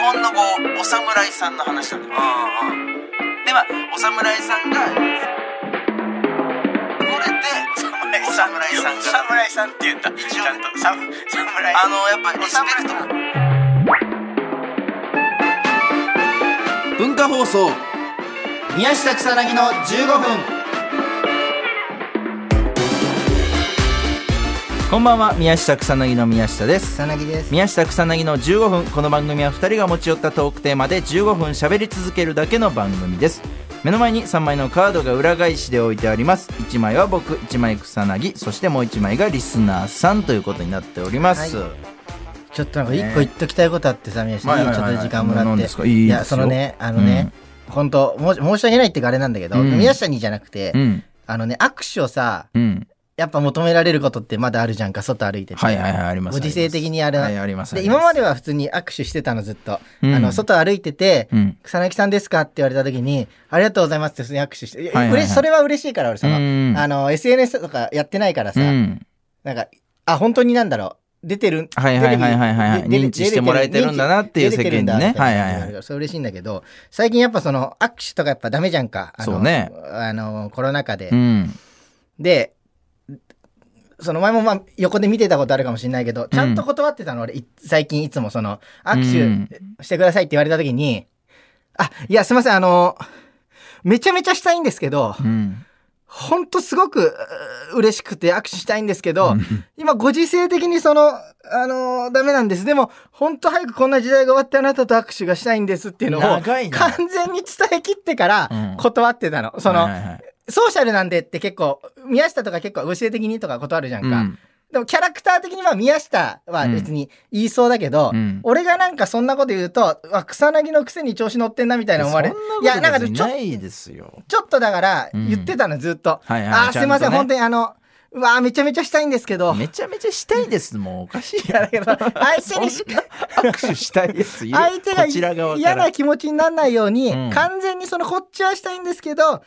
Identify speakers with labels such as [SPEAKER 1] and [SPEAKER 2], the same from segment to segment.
[SPEAKER 1] 本のこうお侍さんの話なんだよ
[SPEAKER 2] あ
[SPEAKER 1] でまあお侍さんがこれで
[SPEAKER 2] 侍
[SPEAKER 1] お
[SPEAKER 2] さん
[SPEAKER 1] 侍さんが
[SPEAKER 2] 侍さんって言うんだち
[SPEAKER 1] 応
[SPEAKER 2] ゃんとサム侍
[SPEAKER 1] あのやっぱリスペクト文化放送
[SPEAKER 3] 宮下草薙の15分
[SPEAKER 1] こんばんは宮下草薙の宮下です
[SPEAKER 3] 草薙です
[SPEAKER 1] 宮下草薙の15分この番組は2人が持ち寄ったトークテーマで15分喋り続けるだけの番組です目の前に3枚のカードが裏返しで置いてあります1枚は僕1枚草薙そしてもう1枚がリスナーさんということになっております、
[SPEAKER 3] はちょっとなんか一個言っときたいことあってさ宮下
[SPEAKER 1] はい
[SPEAKER 3] に
[SPEAKER 1] はい
[SPEAKER 3] ちょ
[SPEAKER 1] は
[SPEAKER 3] っ
[SPEAKER 1] い
[SPEAKER 3] と時間もらっ
[SPEAKER 1] 何
[SPEAKER 3] て
[SPEAKER 1] ですかいいですよ
[SPEAKER 3] やそのねあのね、本当申し申し訳ないっていうかあれなんだけど、
[SPEAKER 1] うん
[SPEAKER 3] 宮下にじゃなくて、
[SPEAKER 1] うん
[SPEAKER 3] あのね握手をさ
[SPEAKER 1] うん
[SPEAKER 3] やっぱ求められることってまだあるじゃんか外歩いてて、
[SPEAKER 1] はいはいはいあります
[SPEAKER 3] ご時世的にあれは
[SPEAKER 1] はいあります
[SPEAKER 3] で今まで
[SPEAKER 1] は、
[SPEAKER 3] は普通に握手してたのずっと、
[SPEAKER 1] うん
[SPEAKER 3] あの外歩いてて、
[SPEAKER 1] うん
[SPEAKER 3] 草薙さんですかって言われた時に、ありがとうございますって普通に握手して、いや
[SPEAKER 1] はいはいはいう
[SPEAKER 3] れそれは嬉しいから俺その、
[SPEAKER 1] うん
[SPEAKER 3] あの、SNS とかやってないからさ、
[SPEAKER 1] うん
[SPEAKER 3] なんか、あ、本当になんだろう、出てる、
[SPEAKER 1] はいはいはいはいはいはい
[SPEAKER 3] テレビ
[SPEAKER 1] 認知してもらえてるんだなっていう世間にね
[SPEAKER 3] 出てるんだ
[SPEAKER 1] はいはいはい
[SPEAKER 3] みたなそれ嬉しいんだけど、最近やっぱその握手とかやっぱダメじゃんか。あの
[SPEAKER 1] そうね。
[SPEAKER 3] あの、コロナ禍で。
[SPEAKER 1] うん
[SPEAKER 3] で、その前もまあ横で見てたことあるかもしれないけど、ちゃんと断ってたの俺、い最近いつもその、
[SPEAKER 1] う
[SPEAKER 3] 握
[SPEAKER 1] ん
[SPEAKER 3] 手してくださいって言われた時に、あ、いや、すいません、あの、めちゃめちゃしたいんですけど、
[SPEAKER 1] うん
[SPEAKER 3] ほんとすごくう嬉しくて握手したいんですけど、
[SPEAKER 1] うん
[SPEAKER 3] 今ご時世的にその、あのーダメなんです。でも、ほんと早くこんな時代が終わってあなたと握手がしたいんですっていうのを、完
[SPEAKER 1] 長いな
[SPEAKER 3] 全に伝え切ってから
[SPEAKER 1] うん
[SPEAKER 3] 断ってたの。その、
[SPEAKER 1] はいはいはい
[SPEAKER 3] ソーシャルなんでって結構、宮下とか結構ご時世的にとか断るじゃんか。
[SPEAKER 1] うん
[SPEAKER 3] でもキャラクター的には宮下は別に言いそうだけど、
[SPEAKER 1] うん
[SPEAKER 3] 俺がなんかそんなこと言うと、うわ草�ぎのくせに調子乗ってんなみたいな思われ
[SPEAKER 1] そんなこと
[SPEAKER 3] いや、なんかち
[SPEAKER 1] 別に
[SPEAKER 3] ょ
[SPEAKER 1] ないですよ
[SPEAKER 3] ちょっとだから
[SPEAKER 1] うん
[SPEAKER 3] 言ってたの、ずっと。
[SPEAKER 1] はいはい
[SPEAKER 3] あーすいません、
[SPEAKER 1] ちゃ
[SPEAKER 3] 本
[SPEAKER 1] んと
[SPEAKER 3] 当にあの、うわーめちゃめちゃしたいんですけど。
[SPEAKER 1] めちゃめちゃしたいですもうおかしい
[SPEAKER 3] いやだけ ど相手にし
[SPEAKER 1] そんな握手したいやついる
[SPEAKER 3] 相手
[SPEAKER 1] こちら
[SPEAKER 3] が
[SPEAKER 1] 側
[SPEAKER 3] 嫌
[SPEAKER 1] から
[SPEAKER 3] な気持ちにならないように、
[SPEAKER 1] うん
[SPEAKER 3] 完全にそのこっちはしたいんですけど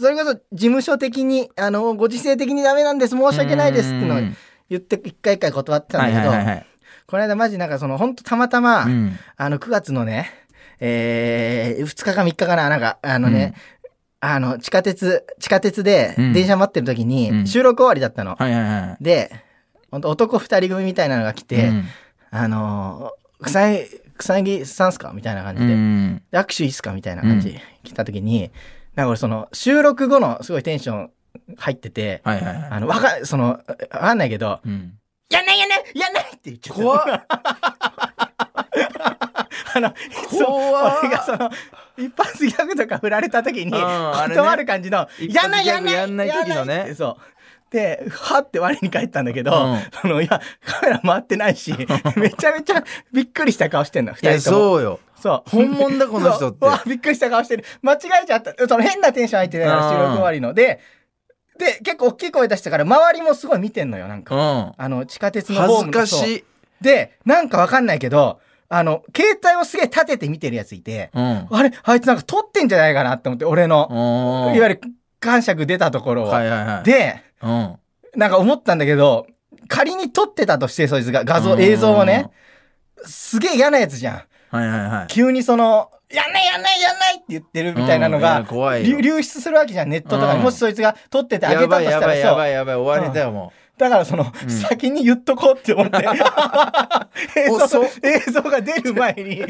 [SPEAKER 3] それこそ事務所的にあのご時世的にダメなんです申し訳ないですっていうのを
[SPEAKER 1] うん
[SPEAKER 3] 言って一回一回断ってた
[SPEAKER 1] は
[SPEAKER 3] ん
[SPEAKER 1] い
[SPEAKER 3] だ
[SPEAKER 1] は
[SPEAKER 3] け
[SPEAKER 1] い
[SPEAKER 3] ど、
[SPEAKER 1] はいはい
[SPEAKER 3] この間マジなんかその本当たまたま、
[SPEAKER 1] うん
[SPEAKER 3] あの9月のね、えー、2日か3日かななんかあのね、あの地下鉄地下鉄で
[SPEAKER 1] うん
[SPEAKER 3] 電車待ってる時に、
[SPEAKER 1] うん
[SPEAKER 3] 収録終わりだったの。
[SPEAKER 1] はいはいはい
[SPEAKER 3] で本当男2人組みたいなのが来て。
[SPEAKER 1] うん
[SPEAKER 3] あのー、草薙、草薙さんっすかみたいな感じで、
[SPEAKER 1] うん
[SPEAKER 3] で握手いいっすかみたいな感じで来た時に、なんか俺その収録後のすごいテンション入ってて、
[SPEAKER 1] はいはいはい
[SPEAKER 3] あの、わか、その、わかんないけど、
[SPEAKER 1] うん
[SPEAKER 3] やんないやんないやんないって言っちゃった。
[SPEAKER 1] 怖っ
[SPEAKER 3] あの、いつも
[SPEAKER 1] 怖っ
[SPEAKER 3] 俺がその、一発ギャグとか振られた時に、
[SPEAKER 1] うんあれね
[SPEAKER 3] 断る感じの、
[SPEAKER 1] 一
[SPEAKER 3] やんな
[SPEAKER 1] 発
[SPEAKER 3] い
[SPEAKER 1] ギャ
[SPEAKER 3] やん
[SPEAKER 1] グ
[SPEAKER 3] ない
[SPEAKER 1] やんない時のね
[SPEAKER 3] やんないってそう。で、はって我に返ったんだけど、
[SPEAKER 1] うん
[SPEAKER 3] その、いや、カメラ回ってな いし、めちゃめちゃびっくりした顔してんの、
[SPEAKER 1] い
[SPEAKER 3] 二
[SPEAKER 1] や
[SPEAKER 3] 人とも。
[SPEAKER 1] そうよ
[SPEAKER 3] そう。
[SPEAKER 1] 本物だこの人って
[SPEAKER 3] そううわびっくりした顔してる。間違えちゃった。その変なテンション入ってたか
[SPEAKER 1] う
[SPEAKER 3] ら、
[SPEAKER 1] ん
[SPEAKER 3] 収録終わりの。で、で、結構大きい声出したから、周りもすごい見てんのよ、なん
[SPEAKER 1] う
[SPEAKER 3] か。
[SPEAKER 1] ん
[SPEAKER 3] あの、地下鉄の
[SPEAKER 1] 恥
[SPEAKER 3] ホー
[SPEAKER 1] ず
[SPEAKER 3] ム
[SPEAKER 1] かし
[SPEAKER 3] そう
[SPEAKER 1] い
[SPEAKER 3] で、なんかわかんないけど、あの、携帯をすげえ立てて見てるやついて、
[SPEAKER 1] うん
[SPEAKER 3] あれ、あいつなんか撮ってんじゃないかなって思って、俺の、いわ
[SPEAKER 1] わ
[SPEAKER 3] ゆる、感触出たところを。
[SPEAKER 1] はいはいはい
[SPEAKER 3] で、
[SPEAKER 1] うん
[SPEAKER 3] なんか思ったんだけど、仮に撮ってたとして、そいつが、画像、
[SPEAKER 1] うん
[SPEAKER 3] 映像をね、すげえ嫌なやつじゃん。
[SPEAKER 1] はいはいはい
[SPEAKER 3] 急にその、やんないやんないやんないって言ってるみたいなの
[SPEAKER 1] うんいや
[SPEAKER 3] が、
[SPEAKER 1] 怖いよ
[SPEAKER 3] 流流出するわけじゃん、ネットとかに。
[SPEAKER 1] うん
[SPEAKER 3] もしそいつが撮っててあげ
[SPEAKER 1] や
[SPEAKER 3] たと
[SPEAKER 1] ばい
[SPEAKER 3] した
[SPEAKER 1] やばい
[SPEAKER 3] ら、
[SPEAKER 1] や
[SPEAKER 3] そう。
[SPEAKER 1] ばいやばい終わりだよも
[SPEAKER 3] だからその、
[SPEAKER 1] うん
[SPEAKER 3] 先に言っとこうって思って、 映
[SPEAKER 1] 遅
[SPEAKER 3] 像
[SPEAKER 1] っ
[SPEAKER 3] 映像が出る前 に、
[SPEAKER 1] う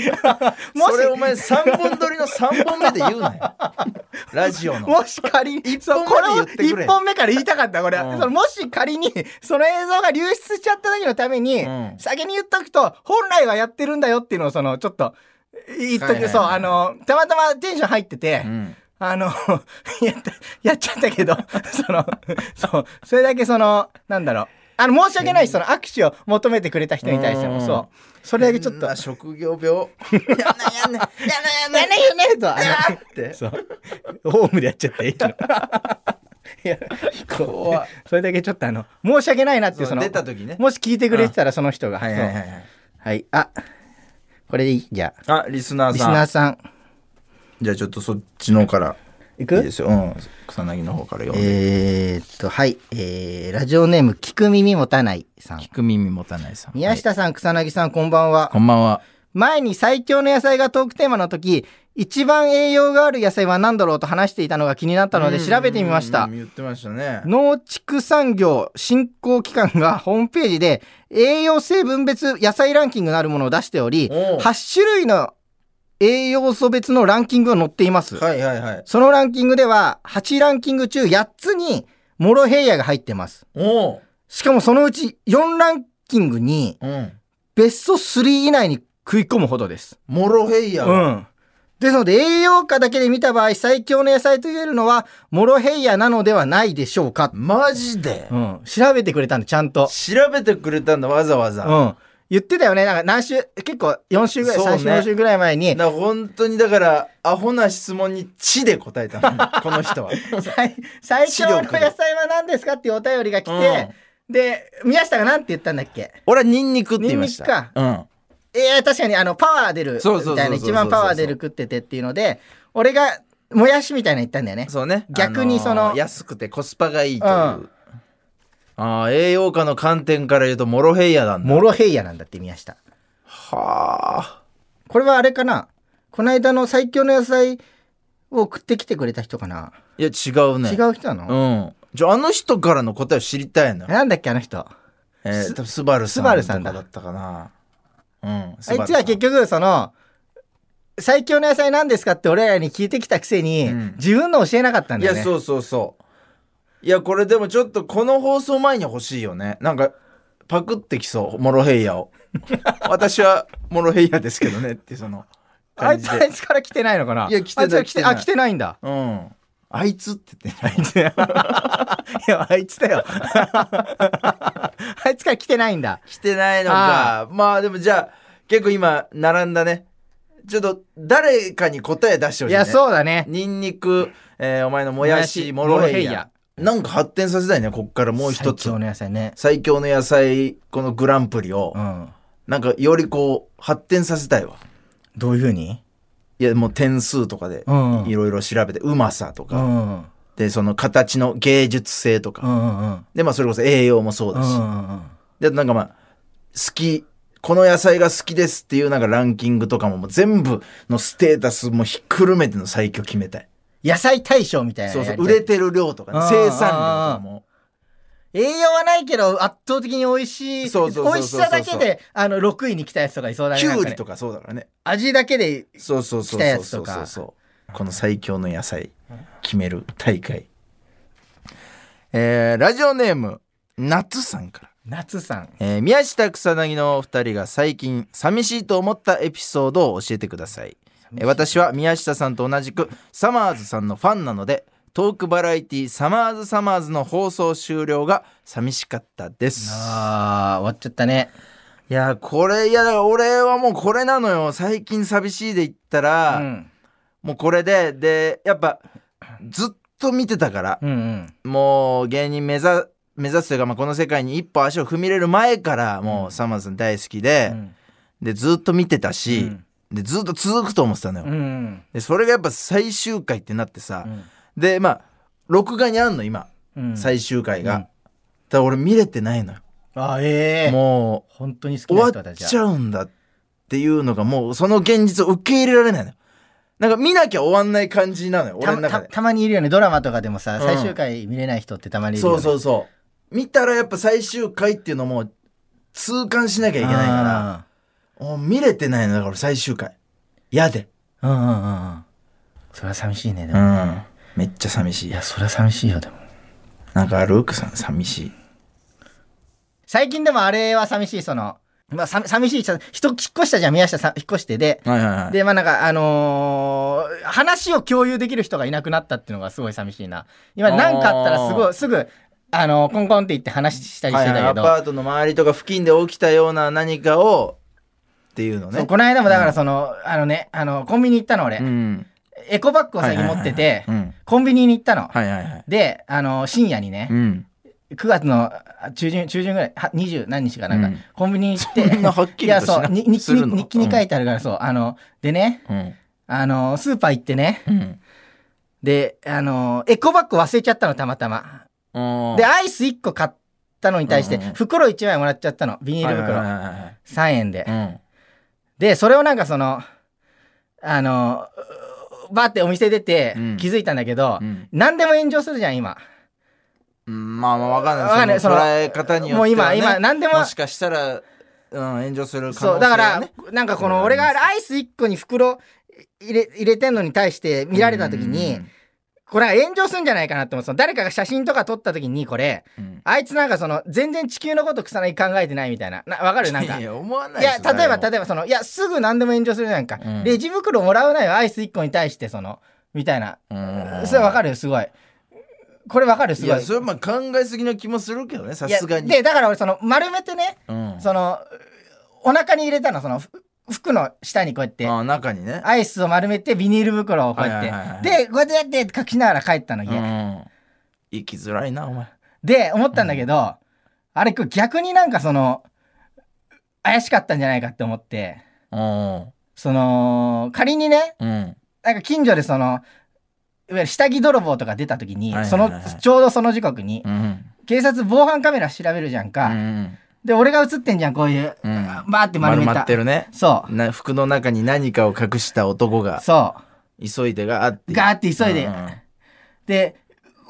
[SPEAKER 3] も
[SPEAKER 1] それお
[SPEAKER 3] し、
[SPEAKER 1] 前三本撮りの三本目で言うなよラジオの
[SPEAKER 3] もし仮に、
[SPEAKER 1] 一
[SPEAKER 3] そ
[SPEAKER 1] 本
[SPEAKER 3] うこ
[SPEAKER 1] 目
[SPEAKER 3] れ
[SPEAKER 1] で言
[SPEAKER 3] を
[SPEAKER 1] ってくれ
[SPEAKER 3] 一本目から言いたかった、これ。
[SPEAKER 1] うん
[SPEAKER 3] そのもし仮に、その映像が流出しちゃった時のために、
[SPEAKER 1] うん
[SPEAKER 3] 先に言っとくと、本来はやってるんだよっていうのを、その、ちょっと、言っとく、
[SPEAKER 1] はいはいはい
[SPEAKER 3] そう、あの、たまたまテンション入ってて、
[SPEAKER 1] うん
[SPEAKER 3] あの、 やった、やっちゃったけど、 その、そう、それだけその、なんだろう。あの、申し訳ないし、その握手を求めてくれた人に対して
[SPEAKER 1] う
[SPEAKER 3] も、
[SPEAKER 1] ん
[SPEAKER 3] そう。それだけちょっと、
[SPEAKER 1] 変
[SPEAKER 3] や
[SPEAKER 1] な職業病やんないやんないやんないやんない
[SPEAKER 3] らないよねと、あ
[SPEAKER 1] あ
[SPEAKER 3] の、
[SPEAKER 1] ーって
[SPEAKER 3] そう、ホームでやっちゃった、いい のいや、こ、
[SPEAKER 1] 怖いう
[SPEAKER 3] それだけちょっとあの、申し訳ないなっていう、そ
[SPEAKER 1] そ
[SPEAKER 3] の、
[SPEAKER 1] の出た時ね
[SPEAKER 3] もし聞いてくれてたら、その人が。
[SPEAKER 1] はいはいはいは
[SPEAKER 3] そう
[SPEAKER 1] い
[SPEAKER 3] はい。あ、これでいいじゃあ、
[SPEAKER 1] あリスナー
[SPEAKER 3] リス
[SPEAKER 1] さん
[SPEAKER 3] ナーさん、
[SPEAKER 1] じゃあちょっとそっちの方から
[SPEAKER 3] いく
[SPEAKER 1] いいですよ、うん、草薙の方から読んで、
[SPEAKER 3] えーっと、はい、えー、ラジオネーム、聞く耳持たないさん。
[SPEAKER 1] 聞く耳持たないさん
[SPEAKER 3] 宮
[SPEAKER 1] は、
[SPEAKER 3] 下さん、草薙さん、こんばんはい
[SPEAKER 1] こ。んばんは
[SPEAKER 3] 前に最強の野菜がトークテーマの時、一番栄養がある野菜は何だろうと話していたのが気になったので調べてみまし
[SPEAKER 1] う
[SPEAKER 3] た
[SPEAKER 1] ん。言ってましたね。
[SPEAKER 3] 農畜産業振興機関がホームページで栄養成分別野菜ランキングなるものを出しており、
[SPEAKER 1] おう
[SPEAKER 3] 8種類の栄養素別のランキングが載っています。
[SPEAKER 1] はいはいはい。
[SPEAKER 3] そのランキングでは、8ランキング中8つにモロヘイヤが入ってます。
[SPEAKER 1] おう
[SPEAKER 3] しかもそのうち4ランキングに
[SPEAKER 1] うん。
[SPEAKER 3] ベスト3以内に食い込むほどです。
[SPEAKER 1] モロヘイヤ。
[SPEAKER 3] う。ん。ですので栄養価だけで見た場合最強の野菜と言えるのはモロヘイヤなのではないでしょうか。
[SPEAKER 1] マジで、
[SPEAKER 3] うん。調べてくれたんでちゃんと。
[SPEAKER 1] 調べてくれたんだ、わざわざ。
[SPEAKER 3] うん。言ってたよね。なんか何週、結構4週ぐらい、
[SPEAKER 1] そうね
[SPEAKER 3] 3週4週ぐらい前 に、
[SPEAKER 1] だから本当にだからアホな質問に「知」で答えた のこの人は。
[SPEAKER 3] 最最強の野菜は何ですかっていうお便りが来て、で、宮下が何て言ったんだっけ
[SPEAKER 1] 俺はニンニクって言いました。
[SPEAKER 3] ニンニク
[SPEAKER 1] か。
[SPEAKER 3] えー、確かにあの、パワー出るみ
[SPEAKER 1] そうそうそうそう
[SPEAKER 3] たいな、一番パワー出る食っててっていうので、俺が、もやしみたいなの言ったんだよね
[SPEAKER 1] うん。。そうね。
[SPEAKER 3] 逆にその
[SPEAKER 1] あー安くてコスパがいいという。
[SPEAKER 3] うん
[SPEAKER 1] ああ栄養価の観点から言うとモロヘイヤなんだ。
[SPEAKER 3] モロヘイヤなんだって宮下。
[SPEAKER 1] はあ。
[SPEAKER 3] これはあれかなこの間の最強の野菜を送ってきてくれた人かな、
[SPEAKER 1] いや違うね。
[SPEAKER 3] 違う人な
[SPEAKER 1] う
[SPEAKER 3] の、
[SPEAKER 1] ん。じゃああの人からの答えを知りたいのよ。
[SPEAKER 3] なんだっけあの人。
[SPEAKER 1] えー、多分スバルさん
[SPEAKER 3] スバルさんだ
[SPEAKER 1] とかだったかな。うん。
[SPEAKER 3] あいつは結
[SPEAKER 1] 局
[SPEAKER 3] 局その最強の野菜なんですかって俺らに聞いてきたくせに、
[SPEAKER 1] うん
[SPEAKER 3] 自分の教えなかったん
[SPEAKER 1] い
[SPEAKER 3] だよ
[SPEAKER 1] や
[SPEAKER 3] ね。
[SPEAKER 1] そうそうそう。いやこれでもちょっとこの放送前に欲しいよね。なんかパクってきそうモロヘイヤを。 私はモロヘイヤですけどねってその
[SPEAKER 3] あ
[SPEAKER 1] 感
[SPEAKER 3] い
[SPEAKER 1] じ
[SPEAKER 3] つ
[SPEAKER 1] で。
[SPEAKER 3] あいつから来てないのかない
[SPEAKER 1] や来てない
[SPEAKER 3] あいつは来て
[SPEAKER 1] 来てない
[SPEAKER 3] あ来てないんだ。
[SPEAKER 1] うん。 あいつって言ってね。
[SPEAKER 3] いやあいつだよ。 あいつから来てないんだ。
[SPEAKER 1] 来てないのか。まあでもじゃあ結構今並んだね。ちょっと誰かに答え出してほしい、ね。
[SPEAKER 3] いやそうだね。
[SPEAKER 1] ニンニク、えーお前のもやし、
[SPEAKER 3] も
[SPEAKER 1] モ
[SPEAKER 3] や
[SPEAKER 1] ロ
[SPEAKER 3] し
[SPEAKER 1] ヘイ
[SPEAKER 3] モロヘイ
[SPEAKER 1] ヤ
[SPEAKER 3] ヤ。
[SPEAKER 1] なんか発展させたいね、こっからもう一
[SPEAKER 3] 最
[SPEAKER 1] つ
[SPEAKER 3] 強。の野菜ね。
[SPEAKER 1] 最強の野菜、このグランプリを
[SPEAKER 3] う、ん。
[SPEAKER 1] なんかよりこう、発展させたいわ。
[SPEAKER 3] どういう風に？
[SPEAKER 1] いや、もう点数とかで
[SPEAKER 3] う、んうん。
[SPEAKER 1] いろいろ調べて、うまさと
[SPEAKER 3] う
[SPEAKER 1] か、
[SPEAKER 3] んうん
[SPEAKER 1] で、その形の芸術性とか、
[SPEAKER 3] うんうん
[SPEAKER 1] で、まあそれこそ栄養もそう
[SPEAKER 3] う
[SPEAKER 1] だし、
[SPEAKER 3] ん
[SPEAKER 1] で、あとなんかまあ、好き、この野菜が好きですっていうなんかランキングとかももう全部のステータスもひっくるめての最強決めたい。
[SPEAKER 3] 野菜大賞みたいなの
[SPEAKER 1] そうそ
[SPEAKER 3] や
[SPEAKER 1] う、
[SPEAKER 3] りたい
[SPEAKER 1] 売れてる量とかね、
[SPEAKER 3] あー
[SPEAKER 1] 生産量とかも。
[SPEAKER 3] 栄養はないけど圧倒的に美味しい
[SPEAKER 1] そうそうそうそうそう
[SPEAKER 3] 美味しさだけであの6位に来たやつとかいそうだね
[SPEAKER 1] キュウ
[SPEAKER 3] なん
[SPEAKER 1] リ
[SPEAKER 3] かね
[SPEAKER 1] とかそうだからね。
[SPEAKER 3] 味だけで
[SPEAKER 1] そうそうそう
[SPEAKER 3] 来た
[SPEAKER 1] そ
[SPEAKER 3] や
[SPEAKER 1] う
[SPEAKER 3] つ
[SPEAKER 1] そ
[SPEAKER 3] と
[SPEAKER 1] うそう
[SPEAKER 3] か
[SPEAKER 1] そう。この最強の野菜決める大会。えー、ラジオネーム夏さんから、
[SPEAKER 3] 夏さん
[SPEAKER 1] えー宮下草薙のお二人が最近寂しいと思ったエピソードを教えてください。えー私は宮下さんと同じくサマーズさんのファンなのでトークバラエティサマーズサマーズの放送終了が寂しかったです。
[SPEAKER 3] あー終わっちゃったね
[SPEAKER 1] いやーこれいやだから俺はもうこれなのよ最近寂しいで言った
[SPEAKER 3] う
[SPEAKER 1] ら、
[SPEAKER 3] ん
[SPEAKER 1] もうこれででやっぱずっと見てたから
[SPEAKER 3] うんうん
[SPEAKER 1] もう芸人目指目指すというか、まあ、この世界に一歩足を踏み入れる前からもうさまぁずさん大好きで、でずっと見てたし、
[SPEAKER 3] うん
[SPEAKER 1] でずっと続くと思ってたのよ、
[SPEAKER 3] うんうん
[SPEAKER 1] でそれがやっぱ最終回ってなってさ
[SPEAKER 3] う、ん
[SPEAKER 1] でまあ録画にあんの今、
[SPEAKER 3] うん
[SPEAKER 1] 最終回が、
[SPEAKER 3] うん
[SPEAKER 1] だから俺見れてないのよ
[SPEAKER 3] あーええ
[SPEAKER 1] もう
[SPEAKER 3] 本当に好き
[SPEAKER 1] 終
[SPEAKER 3] な
[SPEAKER 1] わ
[SPEAKER 3] 人だ
[SPEAKER 1] っち
[SPEAKER 3] う
[SPEAKER 1] ゃうんだっていうのがもうその現実を受け入れられないのよなんか見なきゃ終わんない感じなのよ俺
[SPEAKER 3] た
[SPEAKER 1] の中
[SPEAKER 3] た
[SPEAKER 1] で
[SPEAKER 3] たまにいるよねドラマとかでもさ、
[SPEAKER 1] ん
[SPEAKER 3] 最終回見れない人ってたまにいる
[SPEAKER 1] そ
[SPEAKER 3] よ、ね、
[SPEAKER 1] うそううそう見たらやっぱ最終回っていうのも痛感しなきゃいけないからもう見れてないのだから俺最終回嫌で
[SPEAKER 3] うんうんうんうんそれは寂しいねで
[SPEAKER 1] う
[SPEAKER 3] も、
[SPEAKER 1] んめっちゃ寂しい
[SPEAKER 3] いやそれは寂しいよでも
[SPEAKER 1] なんかある奥さん寂しい
[SPEAKER 3] 最近でもあれは寂しい、その、まあ、さ寂しい人、人引っ越したじゃん、宮下さん引っ越してで、
[SPEAKER 1] はいはいはい
[SPEAKER 3] で、まあなんか、あのー話を共有できる人がいなくなったっていうのがすごい寂しいな。今、
[SPEAKER 1] あー
[SPEAKER 3] なんかあったらすごい、すぐ、あのーコンコンって言って話したりし
[SPEAKER 1] はい
[SPEAKER 3] て
[SPEAKER 1] はい
[SPEAKER 3] た
[SPEAKER 1] ア
[SPEAKER 3] けど、
[SPEAKER 1] パートの周りとか付近で起きたような何かをっていうの
[SPEAKER 3] そ
[SPEAKER 1] ね
[SPEAKER 3] うこの間もだからその、あのね、あの、コンビニ行ったの俺、
[SPEAKER 1] うん
[SPEAKER 3] エコバッグを最近持ってて、
[SPEAKER 1] うん
[SPEAKER 3] コンビニに行った
[SPEAKER 1] は
[SPEAKER 3] の。
[SPEAKER 1] いはいはい
[SPEAKER 3] で、あのー深夜にね、
[SPEAKER 1] うん
[SPEAKER 3] 9月のあ中旬、中旬ぐらい、は20何日かなんか、
[SPEAKER 1] うん
[SPEAKER 3] コンビニ行って、
[SPEAKER 1] そんなはっきりと
[SPEAKER 3] いや、そ
[SPEAKER 1] しな
[SPEAKER 3] う、に日記
[SPEAKER 1] するの
[SPEAKER 3] に日記に書いてあるから、そう、あの、でね、
[SPEAKER 1] うん
[SPEAKER 3] あの、スーパー行ってね。
[SPEAKER 1] うん
[SPEAKER 3] で、あの、エコバッグ忘れちゃったの、たまたま。で、
[SPEAKER 1] で、
[SPEAKER 3] アイス1個買ったのに対して
[SPEAKER 1] うんうんうん、
[SPEAKER 3] 袋1枚もらっちゃったの、ビニール袋。
[SPEAKER 1] 袋。
[SPEAKER 3] 3円で。で、それをなんかその、あの、うバーってお店出て
[SPEAKER 1] うん
[SPEAKER 3] 気づいたんだけど、
[SPEAKER 1] うん
[SPEAKER 3] 何でも炎上するじゃん、今。
[SPEAKER 1] うんまあまあわかんない
[SPEAKER 3] わかんない
[SPEAKER 1] そ
[SPEAKER 3] そ
[SPEAKER 1] の
[SPEAKER 3] の
[SPEAKER 1] 捉え方によっては、ね、
[SPEAKER 3] もう今今何でも
[SPEAKER 1] もしかしたら、うん、炎上する可能性、ね、
[SPEAKER 3] そう、だから、なんかこの俺がアイス1個に袋入れ入れてんのに対して見られた時に、これ炎上するんじゃないかなって思って、その誰かが写真とか撮った時にこれ、
[SPEAKER 1] うん、うん
[SPEAKER 3] あいつなんかその全然地球のこと草薙考えてないみたいな。なわかるなんか。
[SPEAKER 1] い
[SPEAKER 3] い
[SPEAKER 1] や思わない
[SPEAKER 3] や、例えば、
[SPEAKER 1] え
[SPEAKER 3] 例えば、その、いや、すぐ何でも炎上するじゃんか。
[SPEAKER 1] うん
[SPEAKER 3] レジ袋もらうなよ、アイス1個に対して、その、みたいな。
[SPEAKER 1] ば
[SPEAKER 3] それわ
[SPEAKER 1] る
[SPEAKER 3] かるよ、すごい。これわかるよ、す
[SPEAKER 1] い
[SPEAKER 3] ごい。
[SPEAKER 1] やそれはまあ考えすぎの気もするけどねさ
[SPEAKER 3] いや
[SPEAKER 1] すがに
[SPEAKER 3] で、だから俺、その、丸めてね、
[SPEAKER 1] うん、
[SPEAKER 3] その、お腹に入れたの、その、ふ服の下にこうやって、
[SPEAKER 1] あ中にね
[SPEAKER 3] アイスを丸めて、ビニール袋をこうや
[SPEAKER 1] はいはいはいは
[SPEAKER 3] っ
[SPEAKER 1] い
[SPEAKER 3] て。で、こうやってやって隠しながら帰ったの、家。
[SPEAKER 1] うん生きづらいなお前
[SPEAKER 3] で、思ったんだけど、あれ、これ逆になんかその、怪しかったんじゃないかって思って、その、仮にね、
[SPEAKER 1] うんうん
[SPEAKER 3] なんか近所でその、いわゆる下着泥棒とか出た時に、
[SPEAKER 1] はいはい
[SPEAKER 3] そ
[SPEAKER 1] は
[SPEAKER 3] の
[SPEAKER 1] いはい、
[SPEAKER 3] ちょうどその時刻に、
[SPEAKER 1] うん
[SPEAKER 3] 警察防犯カメラ調べるじゃん
[SPEAKER 1] う
[SPEAKER 3] か。
[SPEAKER 1] ん
[SPEAKER 3] で、俺が映ってんじゃん、こういう、
[SPEAKER 1] うん
[SPEAKER 3] バーって丸
[SPEAKER 1] 丸
[SPEAKER 3] めた。
[SPEAKER 1] まってるね
[SPEAKER 3] そう。
[SPEAKER 1] な服の中に何かを隠した男が
[SPEAKER 3] そ
[SPEAKER 1] 急いでがあって
[SPEAKER 3] う。ガーって急いで。
[SPEAKER 1] うんうん
[SPEAKER 3] で、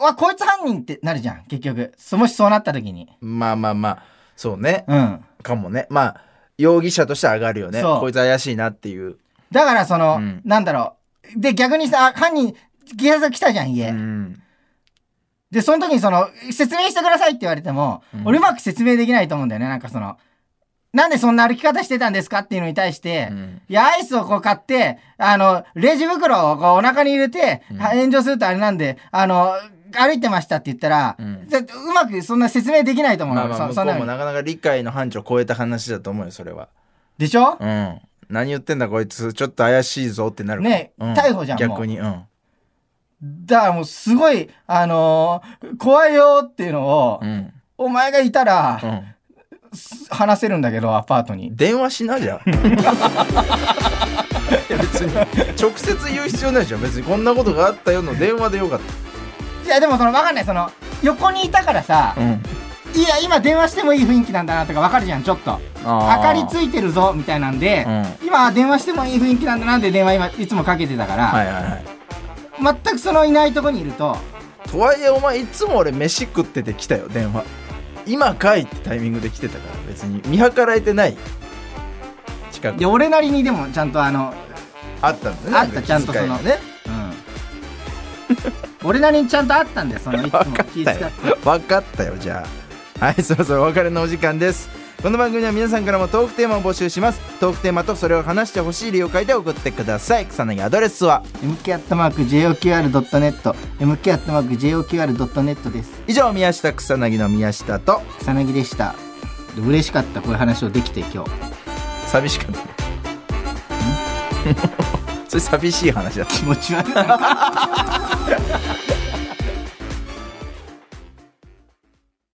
[SPEAKER 3] うわ、こいつ犯人ってなるじゃん、結局。そもしそうなった時に。
[SPEAKER 1] まあまあまあそうね
[SPEAKER 3] うん。
[SPEAKER 1] かもねまあ容疑者としては上がるよね
[SPEAKER 3] そう
[SPEAKER 1] こいつ怪しいなっていう
[SPEAKER 3] だからその、
[SPEAKER 1] うん
[SPEAKER 3] なんだろう。で、逆にさ、あ犯人、警察来たじゃん、家。
[SPEAKER 1] うん
[SPEAKER 3] で、その時にその、説明してくださいって言われても、
[SPEAKER 1] うん
[SPEAKER 3] 俺うまく説明できないと思うんだよね。なんかその、なんでそんな歩き方してたんですかっていうのに対して、
[SPEAKER 1] うん
[SPEAKER 3] いや、アイスをこう買って、あの、レジ袋をこうお腹に入れて、
[SPEAKER 1] うん
[SPEAKER 3] は炎上するとあれなんで、あの、歩いてましたって言ったら、
[SPEAKER 1] うん
[SPEAKER 3] だってうまくそんな説明できないと思うの
[SPEAKER 1] まあまあ
[SPEAKER 3] そ
[SPEAKER 1] 向
[SPEAKER 3] そ
[SPEAKER 1] こ
[SPEAKER 3] ん
[SPEAKER 1] う
[SPEAKER 3] な
[SPEAKER 1] も
[SPEAKER 3] の
[SPEAKER 1] なかなか理解の範疇を超えた話だと思うよそれは
[SPEAKER 3] でしょ、
[SPEAKER 1] うん何言ってんだこいつちょっと怪しいぞってなるから
[SPEAKER 3] ね
[SPEAKER 1] うん
[SPEAKER 3] 逮捕じゃんもう
[SPEAKER 1] 逆にうん
[SPEAKER 3] だからもうすごい、あのー怖いよっていうのを、
[SPEAKER 1] うん
[SPEAKER 3] お前がいたら、
[SPEAKER 1] う
[SPEAKER 3] 話せるんだけど、アパートに
[SPEAKER 1] ん。電話しなじゃあいや別に直接言う必要ないじゃん別にこんなことがあったよの電話でよかっ
[SPEAKER 3] いや、でもその、わかんない。その、横にいたからさ
[SPEAKER 1] た、うん
[SPEAKER 3] いや、今電話してもいい雰囲気なんだなとかわかるじゃん、ちょっと。
[SPEAKER 1] あー
[SPEAKER 3] 明かりついてるぞ、みたいなんで、
[SPEAKER 1] う
[SPEAKER 3] 今電話してもいい雰囲気なんだなって電話今いつもかけてたから、
[SPEAKER 1] はいはいはい
[SPEAKER 3] 全くそのいないとこにいると
[SPEAKER 1] とはいえお前いつも俺飯食ってて来たよ電話今かいってタイミングで来てたから別に見計らえてない近
[SPEAKER 3] で
[SPEAKER 1] く
[SPEAKER 3] 俺なりにでもちゃんとあの、
[SPEAKER 1] あったんだね
[SPEAKER 3] あったちゃんとその
[SPEAKER 1] ね
[SPEAKER 3] うん、俺なりにちゃんとあったんでそのいつも
[SPEAKER 1] 分か
[SPEAKER 3] 気
[SPEAKER 1] った
[SPEAKER 3] 遣
[SPEAKER 1] よ
[SPEAKER 3] って
[SPEAKER 1] 分かったよじゃあはいそろそろお別れのお時間ですこの番組では皆さんからもトークテーマを募集しますトークテーマとそれを話してほしい理由を書いて送ってください草薙アドレスは
[SPEAKER 3] MK アットマーク JOQR.net MK アットマーク JOQR.net です
[SPEAKER 1] 以上宮下草薙の宮下と
[SPEAKER 3] 草薙でしたで嬉しかったこういう話をできて今日
[SPEAKER 1] 寂しかった それ寂しい話だった
[SPEAKER 3] 気持ち悪い